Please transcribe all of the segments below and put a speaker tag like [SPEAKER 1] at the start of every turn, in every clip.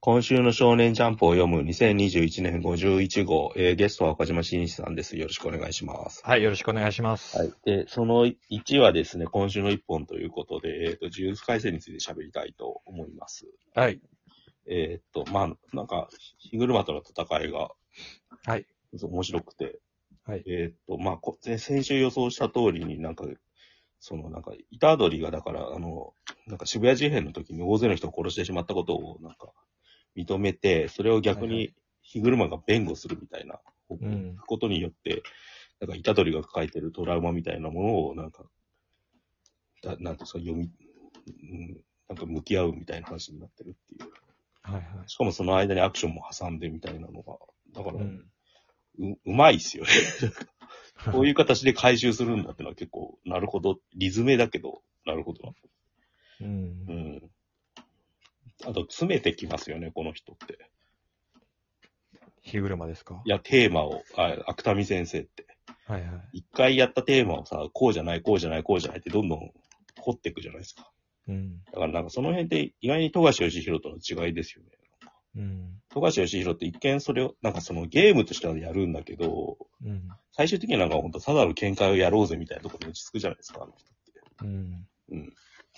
[SPEAKER 1] 今週の少年ジャンプを読む2021年51号、えーゲストは岡島真一さんです。よろしくお願いします。
[SPEAKER 2] はい、よろしくお願いします。
[SPEAKER 1] はい。で、その1はですね、今週の1本ということで、えっ、と、自由改正について喋りたいと思います。
[SPEAKER 2] はい。
[SPEAKER 1] えっ、と、まあ、なんか、ヒグルマとの戦いが、
[SPEAKER 2] はい。
[SPEAKER 1] 面白くて、
[SPEAKER 2] はい。
[SPEAKER 1] えっ、と、まあこ、先週予想した通りになんか、そのなんか、板取がだから、あの、なんか渋谷事変の時に大勢の人を殺してしまったことをなんか、認めて、それを逆
[SPEAKER 2] はいは
[SPEAKER 1] に日車が弁護するみたいな、
[SPEAKER 2] ん
[SPEAKER 1] ことによって、なんか板取が抱えてるトラウマみたいなものをなんか、だなんかそう読み、うん、なんか向き合うみたいな話になってるっていう。
[SPEAKER 2] はいはい。
[SPEAKER 1] しかもその間にアクションも挟んでみたいなのが、だから、
[SPEAKER 2] うん。
[SPEAKER 1] ううまいっすよね。こういう形で回収するんだってのは結構、なるほど、リズメだけど、なるほど
[SPEAKER 2] う。
[SPEAKER 1] な。うんん。あと、詰めてきますよね、この人って。
[SPEAKER 2] 日車ですか
[SPEAKER 1] いや、テーマを、あ、芥見先生って。
[SPEAKER 2] はいはい。
[SPEAKER 1] 一回やったテーマをさ、こうじゃない、こうじゃない、こうじゃないってどんどん掘っていくじゃないですか。
[SPEAKER 2] うん。
[SPEAKER 1] だからなんかその辺って意外に富樫義弘との違いですよね。
[SPEAKER 2] うん。
[SPEAKER 1] 富樫義弘って一見それを、なんかそのゲームとしてはやるんだけど、
[SPEAKER 2] うん。
[SPEAKER 1] 最終的にはなんかほんとただの見解をやろうぜみたいなところに落ち着くじゃないですか、あの人って。
[SPEAKER 2] うん。
[SPEAKER 1] うん。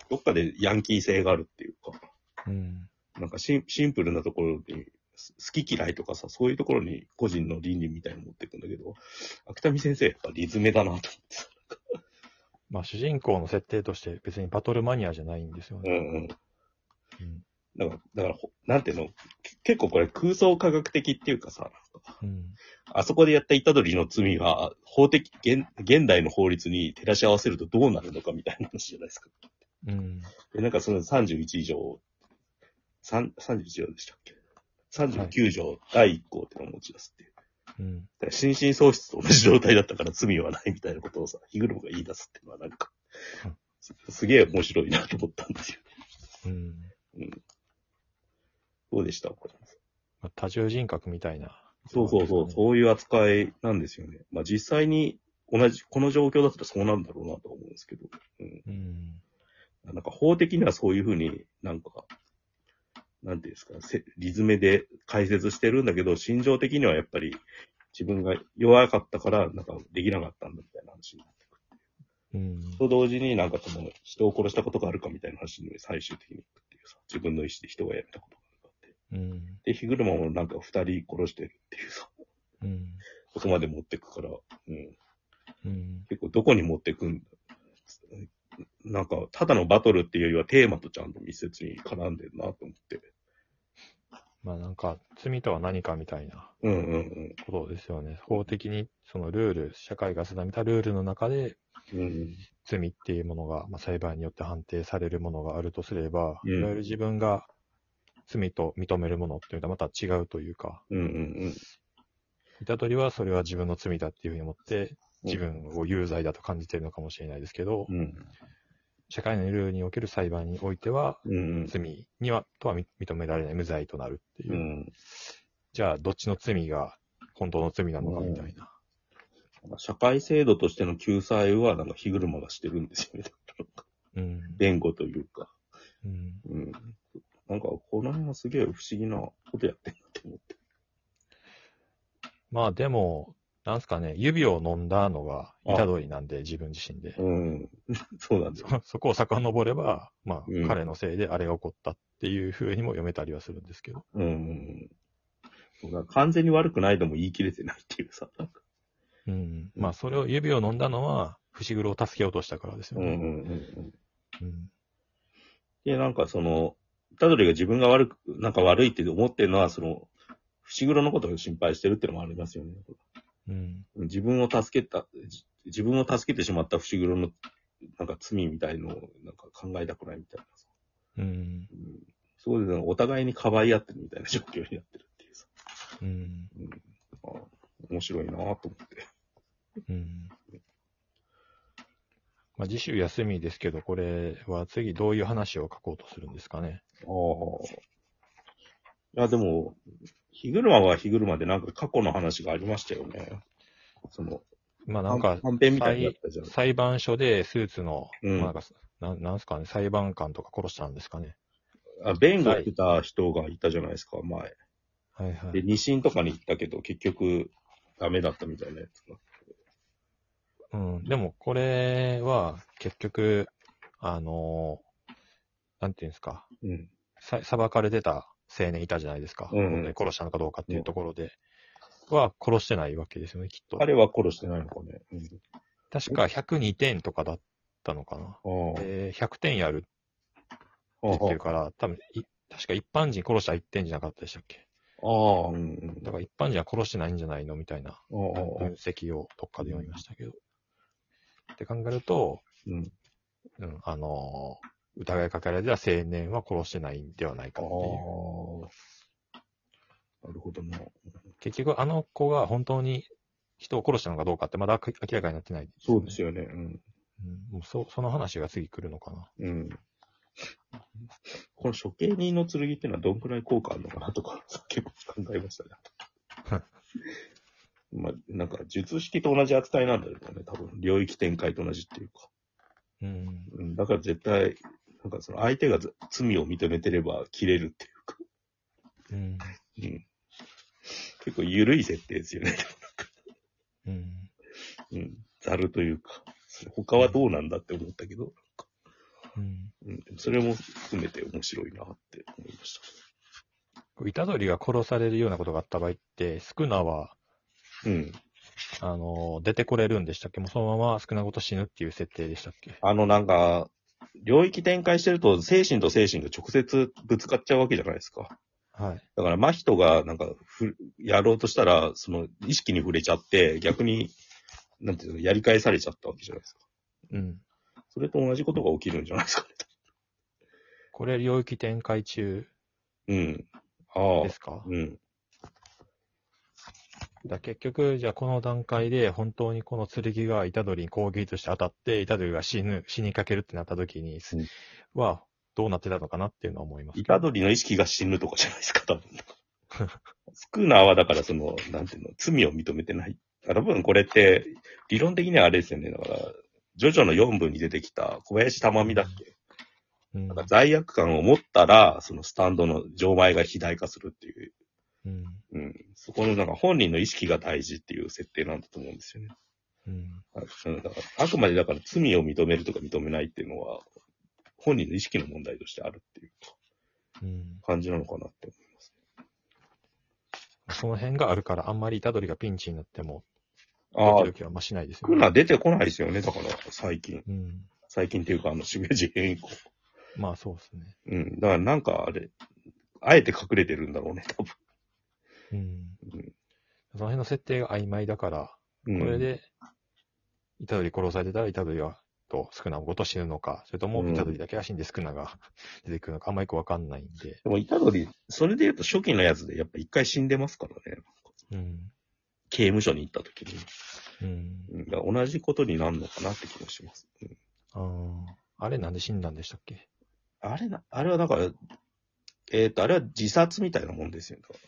[SPEAKER 1] どっかでヤンキー性があるっていうか、
[SPEAKER 2] うん。
[SPEAKER 1] なんかシンシンプルなところに、す好き嫌いとかさ、そういうところに個人の倫理みたいなの持っていくんだけど、芥見先生やっぱリズメだなと思ってさ。
[SPEAKER 2] まあ、主人公の設定として別にバトルマニアじゃないんですよ
[SPEAKER 1] うん
[SPEAKER 2] ね。
[SPEAKER 1] うん。
[SPEAKER 2] うん。
[SPEAKER 1] だから、だからほ、なんていうの、け結構これ空想科学的っていうかさ、
[SPEAKER 2] うん。
[SPEAKER 1] あそこでやった虎取の罪は、法的現、現代の法律に照らし合わせるとどうなるのかみたいな話じゃないですか。
[SPEAKER 2] うん。
[SPEAKER 1] で、なんかその31以上、三31条でしたっけ ?39 条第1項っていうのを持ち出すっていう。
[SPEAKER 2] うん。
[SPEAKER 1] だから心神喪失と同じ状態だったから罪はないみたいなことをさ、ヒグロムが言い出すっていうのはなんか
[SPEAKER 2] うん、
[SPEAKER 1] すすげえ面白いなと思ったんですよ。
[SPEAKER 2] うん。
[SPEAKER 1] どうでしたこれ
[SPEAKER 2] まあ、多重人格みたいな。
[SPEAKER 1] そうそうそう、そういう扱いなんですよね。まあ実際に同じ、この状況だったらそうなんだろうなと思うんですけど、
[SPEAKER 2] うん。
[SPEAKER 1] なんか法的にはそういうふうになんか、なんていうんですか、せリズメで解説してるんだけど、心情的にはやっぱり自分が弱かったから、なんかできなかったんだみたいな話になってくる。
[SPEAKER 2] うん。
[SPEAKER 1] と同時になんかその人を殺したことがあるかみたいな話に最終的に行くっていうさ、自分の意思で人がやったことがあるかっ
[SPEAKER 2] うん。
[SPEAKER 1] て。で、ヒグルマもなんか二人殺してるっていうさ、
[SPEAKER 2] うん。
[SPEAKER 1] そこまで持ってくから、うん。
[SPEAKER 2] うん。
[SPEAKER 1] 結構どこに持ってくんだなんか、ただのバトルっていうよりはテーマとちゃんと密接に絡んでるなと思って。
[SPEAKER 2] まあ、なんか、罪とは何かみたいな
[SPEAKER 1] うんうん
[SPEAKER 2] ことですよね。法的に、そのルール、社会が定めたルールの中で、
[SPEAKER 1] うん。うん
[SPEAKER 2] 罪っていうものが、まあ、裁判によって判定されるものがあるとすれば、
[SPEAKER 1] うん
[SPEAKER 2] いわゆる自分が罪と認めるものっていうのはまた違うというか、
[SPEAKER 1] うんうん
[SPEAKER 2] 虎取はそれは自分の罪だっていうふうに思って、自分を有罪だと感じているのかもしれないですけど、
[SPEAKER 1] うん。うん
[SPEAKER 2] 社会のルールにおける裁判においては、
[SPEAKER 1] うん
[SPEAKER 2] 罪には、とは認められない、無罪となるっていう
[SPEAKER 1] う。ん。
[SPEAKER 2] じゃあ、どっちの罪が本当の罪なのかみたいな。
[SPEAKER 1] 社会制度としての救済は、なんか、火車がしてるんですよね。
[SPEAKER 2] うん。
[SPEAKER 1] 弁護というか。
[SPEAKER 2] うん、
[SPEAKER 1] うん。なんか、この辺はすげえ不思議なことやってるなと思って。
[SPEAKER 2] まあ、でも、なんすかね、指を飲んだのが虎杖なんで、自分自身で。
[SPEAKER 1] うん。 そうなんですよ。
[SPEAKER 2] そそこを遡れば、まあ、
[SPEAKER 1] うん
[SPEAKER 2] 彼のせいであれが起こったっていうふうにも読めたりはするんですけど。
[SPEAKER 1] うんうんうん。なんか完全に悪くないでも言い切れてないっていうさ。なんか
[SPEAKER 2] うん。まあ、それを指を飲んだのは、伏黒を助けようとしたからですよ
[SPEAKER 1] うんうんう
[SPEAKER 2] ね。
[SPEAKER 1] んうん。
[SPEAKER 2] うん。
[SPEAKER 1] で、なんかその、タドリが自分が悪く、なんか悪いって思ってるのは、その、伏黒のことを心配してるっていうのもありますよね。
[SPEAKER 2] うん。
[SPEAKER 1] 自分を助けた、じ自分を助けてしまった伏黒の、なんか罪みたいのを、なんか考えたくないみたいなさ。
[SPEAKER 2] うん。
[SPEAKER 1] うん、そこでなんかお互いにかばい合ってるみたいな状況になってるっていうさ。
[SPEAKER 2] うん。
[SPEAKER 1] あ面白いなぁと思って。
[SPEAKER 2] うん。まあ、次週休みですけど、これは次どういう話を書こうとするんですかね。
[SPEAKER 1] ああ。いや、でも、日車は日車でなんか過去の話がありましたよね。その、
[SPEAKER 2] まあ、なんか、
[SPEAKER 1] 短編みたいになったじゃん。
[SPEAKER 2] 裁判所でスーツの、
[SPEAKER 1] うん
[SPEAKER 2] まあなんか、なんなんすかね、裁判官とか殺したんですかね。
[SPEAKER 1] あ弁護してた人がいたじゃないですか、前。
[SPEAKER 2] はいは
[SPEAKER 1] で、
[SPEAKER 2] い。
[SPEAKER 1] 二審とかに行ったけど、結局、ダメだったみたいなやつが。
[SPEAKER 2] うん。でも、これは、結局、あのーなんていうんですか、
[SPEAKER 1] うん。
[SPEAKER 2] さ裁かれてた青年いたじゃないですか。
[SPEAKER 1] うんうん
[SPEAKER 2] で殺したのかどうかっていうところで、は、殺してないわけですよね、きっと。
[SPEAKER 1] 彼は殺してないのかね。
[SPEAKER 2] 確か102点とかだったのかな。
[SPEAKER 1] うん。あ
[SPEAKER 2] で、100点やる
[SPEAKER 1] あ。
[SPEAKER 2] っ
[SPEAKER 1] あ
[SPEAKER 2] て言ってるから、多分い確か一般人殺したら1点じゃなかったでしたっけ
[SPEAKER 1] あ。うんうん。
[SPEAKER 2] だから一般人は殺してないんじゃないのみたいな
[SPEAKER 1] ああ。
[SPEAKER 2] 分析をどっかで読みましたけど。って考えると、
[SPEAKER 1] うん。
[SPEAKER 2] うん、あのー疑いかけられた青年は殺してないんではない
[SPEAKER 1] あ
[SPEAKER 2] か
[SPEAKER 1] あ
[SPEAKER 2] っていう。。
[SPEAKER 1] なるほどな。
[SPEAKER 2] 結局あの子が本当に人を殺したのかどうかってまだ明明らかになってない、
[SPEAKER 1] そうです
[SPEAKER 2] よ
[SPEAKER 1] よね。うん。
[SPEAKER 2] ね。うん、もうそその話が次来るのかな。
[SPEAKER 1] うん。この処刑人の剣っていうのはどんくらい効果あるのかなとか、 結構考えました ね。まあ、なんか、術式と同じ扱いなんだよね。多分、領域展開と同じっていうか。
[SPEAKER 2] うん。
[SPEAKER 1] うん、だから絶対、なんかその相手がず罪を認めてれば切れるっていうか、
[SPEAKER 2] うん。
[SPEAKER 1] うん、結構緩い設定ですよね。
[SPEAKER 2] うん。
[SPEAKER 1] うん、ざるというか、他はどうなんだって思ったけど、
[SPEAKER 2] うん。
[SPEAKER 1] うん、それも含めて面白いなって思いまし
[SPEAKER 2] 虎杖が殺されるようなことがあった場合って、スクナは、
[SPEAKER 1] た。うん。
[SPEAKER 2] あのー出てこれるんでしたっけもうそのままスクナごと死ぬっていう設定でしたっけ
[SPEAKER 1] あのなんか、領域展開してると精神と精神が直接ぶつかっちゃうわけじゃないですか。
[SPEAKER 2] はい。
[SPEAKER 1] だから、真人が、なんかふ、やろうとしたら、その、意識に触れちゃって、逆に、なんていうの、やり返されちゃったわけじゃないですか。
[SPEAKER 2] うん。
[SPEAKER 1] それと同じことが起きるんじゃないですかね。
[SPEAKER 2] これ領域展開中
[SPEAKER 1] うん。あ
[SPEAKER 2] で
[SPEAKER 1] あ。
[SPEAKER 2] すか
[SPEAKER 1] うん。
[SPEAKER 2] だ結局、じゃあこの段階で本当にこの剣が虎杖に攻撃として当たって、虎杖が死ぬ、死にかけるってなった時に、
[SPEAKER 1] うん
[SPEAKER 2] は、どうなってたのかなっていうのは思います。
[SPEAKER 1] イタドリの意識が死ぬとかじゃないですか、多分。スクーナーはだからその、なんていうの、罪を認めてない。多分これって、理論的にはあれですよね。だから、ジョジョの4部に出てきた小林玉美だっけ、
[SPEAKER 2] うん
[SPEAKER 1] なんか罪悪感を持ったら、そのスタンドの錠前が肥大化するっていう。
[SPEAKER 2] うん
[SPEAKER 1] うん。そこのなんか本人の意識が大事っていう設定なんだと思うんですよね。
[SPEAKER 2] うん
[SPEAKER 1] はいうんだからあくまでだから罪を認めるとか認めないっていうのは、本人の意識の問題としてあるっていう
[SPEAKER 2] うん
[SPEAKER 1] 感じなのかなって思います。
[SPEAKER 2] その辺があるから、あんまり虎杖がピンチになっても、
[SPEAKER 1] ああ
[SPEAKER 2] ドキドキはあんましないです
[SPEAKER 1] ス
[SPEAKER 2] よ
[SPEAKER 1] ク
[SPEAKER 2] ね。
[SPEAKER 1] ナ出てこないですよね、だから、最近。
[SPEAKER 2] うん。
[SPEAKER 1] 最近っていうか、あの、 渋谷事変以降。
[SPEAKER 2] まあそうですね。
[SPEAKER 1] うん。だから、なんか、あれ、あえて隠れてるんだろうね、多分。
[SPEAKER 2] うん。
[SPEAKER 1] うん
[SPEAKER 2] その辺の設定が曖昧だから、
[SPEAKER 1] うん、
[SPEAKER 2] これで、虎杖殺されたら虎杖は、と、スクナごと死ぬのか、それとも
[SPEAKER 1] うん
[SPEAKER 2] 虎杖だけは死んでスクナが 出てくるのか、あんまりよくわかんないんで。
[SPEAKER 1] でも、いたのに、それで言うと初期のやつで、やっぱ一回死んでますからね。
[SPEAKER 2] うん。
[SPEAKER 1] 刑務所に行った時に。
[SPEAKER 2] うん。
[SPEAKER 1] うん、だから同じことになるのかなって気もします。うん、
[SPEAKER 2] あーあれなんで死んだんでしたっけ
[SPEAKER 1] あれな、あれはだから、えっ、と、あれは自殺みたいなもんですよ。だから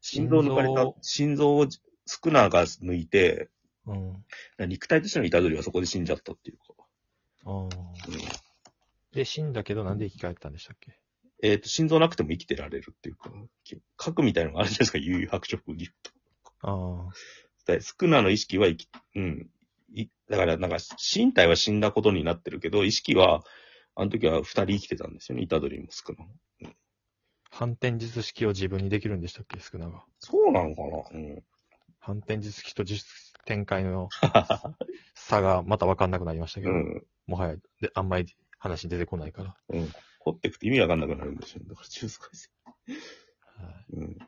[SPEAKER 1] 心臓抜かれ
[SPEAKER 2] 心
[SPEAKER 1] た
[SPEAKER 2] 臓、
[SPEAKER 1] 心臓をスクナが抜いて、
[SPEAKER 2] うん。
[SPEAKER 1] 肉体としてのイタドリはそこで死んじゃったっていうか。
[SPEAKER 2] あー
[SPEAKER 1] うん
[SPEAKER 2] で、死んだけどなんで生き返ったんでしたっけ
[SPEAKER 1] えっ、と、心臓なくても生きてられるっていうか、核みたいなのがあるじゃないですか、悠々白色に。
[SPEAKER 2] ああ。
[SPEAKER 1] でスクナの意識は生き、うん。いだから、なんか、身体は死んだことになってるけど、意識は、あの時は二人生きてたんですよね、イタドリもスクナも。
[SPEAKER 2] 反転術式を自分にできるんでしたっけスクナが。
[SPEAKER 1] そうなのかなうん。
[SPEAKER 2] 反転術式と術展 開の差がまたわかんなくなりましたけ
[SPEAKER 1] う
[SPEAKER 2] ど、
[SPEAKER 1] ん。
[SPEAKER 2] もはやで、あんまり話に出てこないから。
[SPEAKER 1] うん。掘ってくと意味わかんなくなるんですよね。だから、中世界線。
[SPEAKER 2] はい
[SPEAKER 1] うん。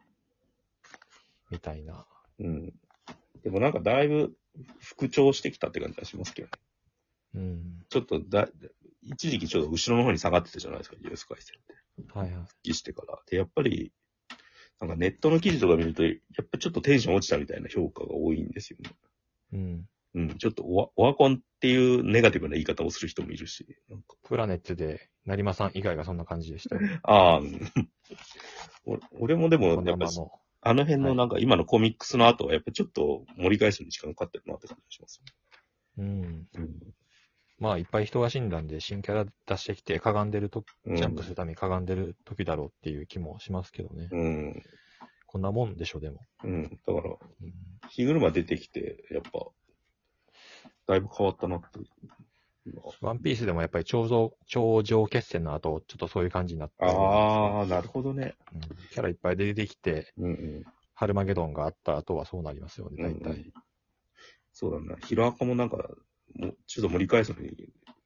[SPEAKER 2] みたいな。
[SPEAKER 1] うん。でもなんか、だいぶ、復調してきたって感じがしますけどね。
[SPEAKER 2] うん。
[SPEAKER 1] ちょっとだ、一時期ちょっと後ろの方に下がってたじゃないですか、ユース回線って。
[SPEAKER 2] はいはい。
[SPEAKER 1] 復帰してから。で、やっぱり、なんかネットの記事とか見ると、やっぱちょっとテンション落ちたみたいな評価が多いんですよね。
[SPEAKER 2] うん。
[SPEAKER 1] うん、ちょっとオワオワコンっていうネガティブな言い方をする人もいるし、なんか、
[SPEAKER 2] プラネットで、成馬さん以外がそんな感じでした。
[SPEAKER 1] ああ、うんお俺もでもや
[SPEAKER 2] こ、の
[SPEAKER 1] っぱ
[SPEAKER 2] ま
[SPEAKER 1] り、
[SPEAKER 2] の。
[SPEAKER 1] あの辺のなんか今のコミックスの後は、やっぱちょっと盛り返すのに時間かかってるなって感じがします。
[SPEAKER 2] うん。
[SPEAKER 1] うん
[SPEAKER 2] まあいっぱい人が死んだんで、新キャラ出してきて、かがんでると、
[SPEAKER 1] うん
[SPEAKER 2] ジャンプするためにかがんでる時だろうっていう気もしますけどね。
[SPEAKER 1] うん。
[SPEAKER 2] こんなもんでしょ、でも。
[SPEAKER 1] うん。だから、
[SPEAKER 2] うん
[SPEAKER 1] 日車出てきて、やっぱ、だいぶ変わったなって。
[SPEAKER 2] ワンピースでもやっぱり頂上、頂上決戦の後、ちょっとそういう感じになって。
[SPEAKER 1] ああ、なるほどね。
[SPEAKER 2] うんキャラいっぱい出てきて、
[SPEAKER 1] うんうん。
[SPEAKER 2] ハルマゲドンがあった後はそうなりますよね、
[SPEAKER 1] う
[SPEAKER 2] 大
[SPEAKER 1] ん
[SPEAKER 2] 体。
[SPEAKER 1] そうだな。ヒロアカもなんか、もうちょっと盛り返すのに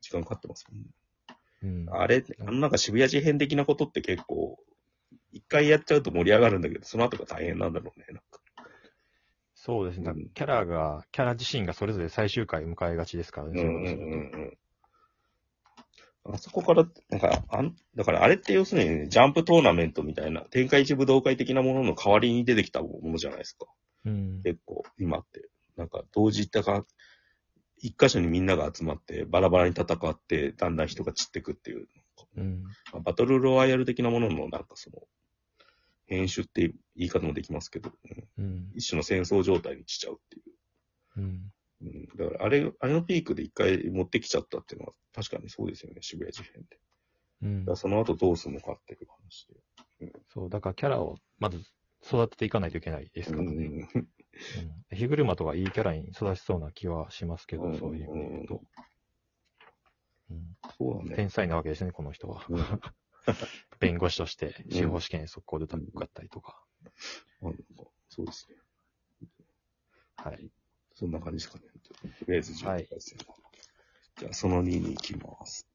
[SPEAKER 1] 時間かかってますもんね。
[SPEAKER 2] うん
[SPEAKER 1] あれ、あのなんか渋谷事変的なことって結構、一回やっちゃうと盛り上がるんだけど、その後が大変なんだろうね。なんか
[SPEAKER 2] そうですね。
[SPEAKER 1] うん
[SPEAKER 2] キャラが、キャラ自身がそれぞれ最終回迎えがちですからね。そういうことすると
[SPEAKER 1] んうん。あそこから、なんか、あん、だからあれって要するにね、ジャンプトーナメントみたいな、天下一武道会的なものの代わりに出てきたものじゃないですか。
[SPEAKER 2] うん
[SPEAKER 1] 結構、今って。なんか、同時だか、一箇所にみんなが集まって、バラバラに戦って、だんだん人が散ってくっていう。
[SPEAKER 2] うん。
[SPEAKER 1] まあバトルロワイヤル的なものの、なんかその、編集っていう言い方もできますけど、うん
[SPEAKER 2] うん。
[SPEAKER 1] 一種の戦争状態にしちゃうっていう。
[SPEAKER 2] うん。
[SPEAKER 1] うん、だから、あれ、あれのピークで一回持ってきちゃったっていうのは、確かにそうですよね、渋谷事変で。だ
[SPEAKER 2] うん
[SPEAKER 1] からその後どうするのかっていう話で。
[SPEAKER 2] そう、だからキャラをまず育てていかないといけないですからね。うん
[SPEAKER 1] ん、
[SPEAKER 2] 火車とかいいキャラに育ちそうな気はしますけ
[SPEAKER 1] う
[SPEAKER 2] ど
[SPEAKER 1] ん、
[SPEAKER 2] そういう意味で言うと。うん
[SPEAKER 1] そうだね。
[SPEAKER 2] 天才なわけですね、この人は。
[SPEAKER 1] うん
[SPEAKER 2] 弁護士として
[SPEAKER 1] ん
[SPEAKER 2] 司法試験に速攻で受かったりとか。
[SPEAKER 1] あなんかそうですね。
[SPEAKER 2] はい。
[SPEAKER 1] そんな感じですかね。とりあえず、
[SPEAKER 2] はい
[SPEAKER 1] じゃあ、その2に行きます。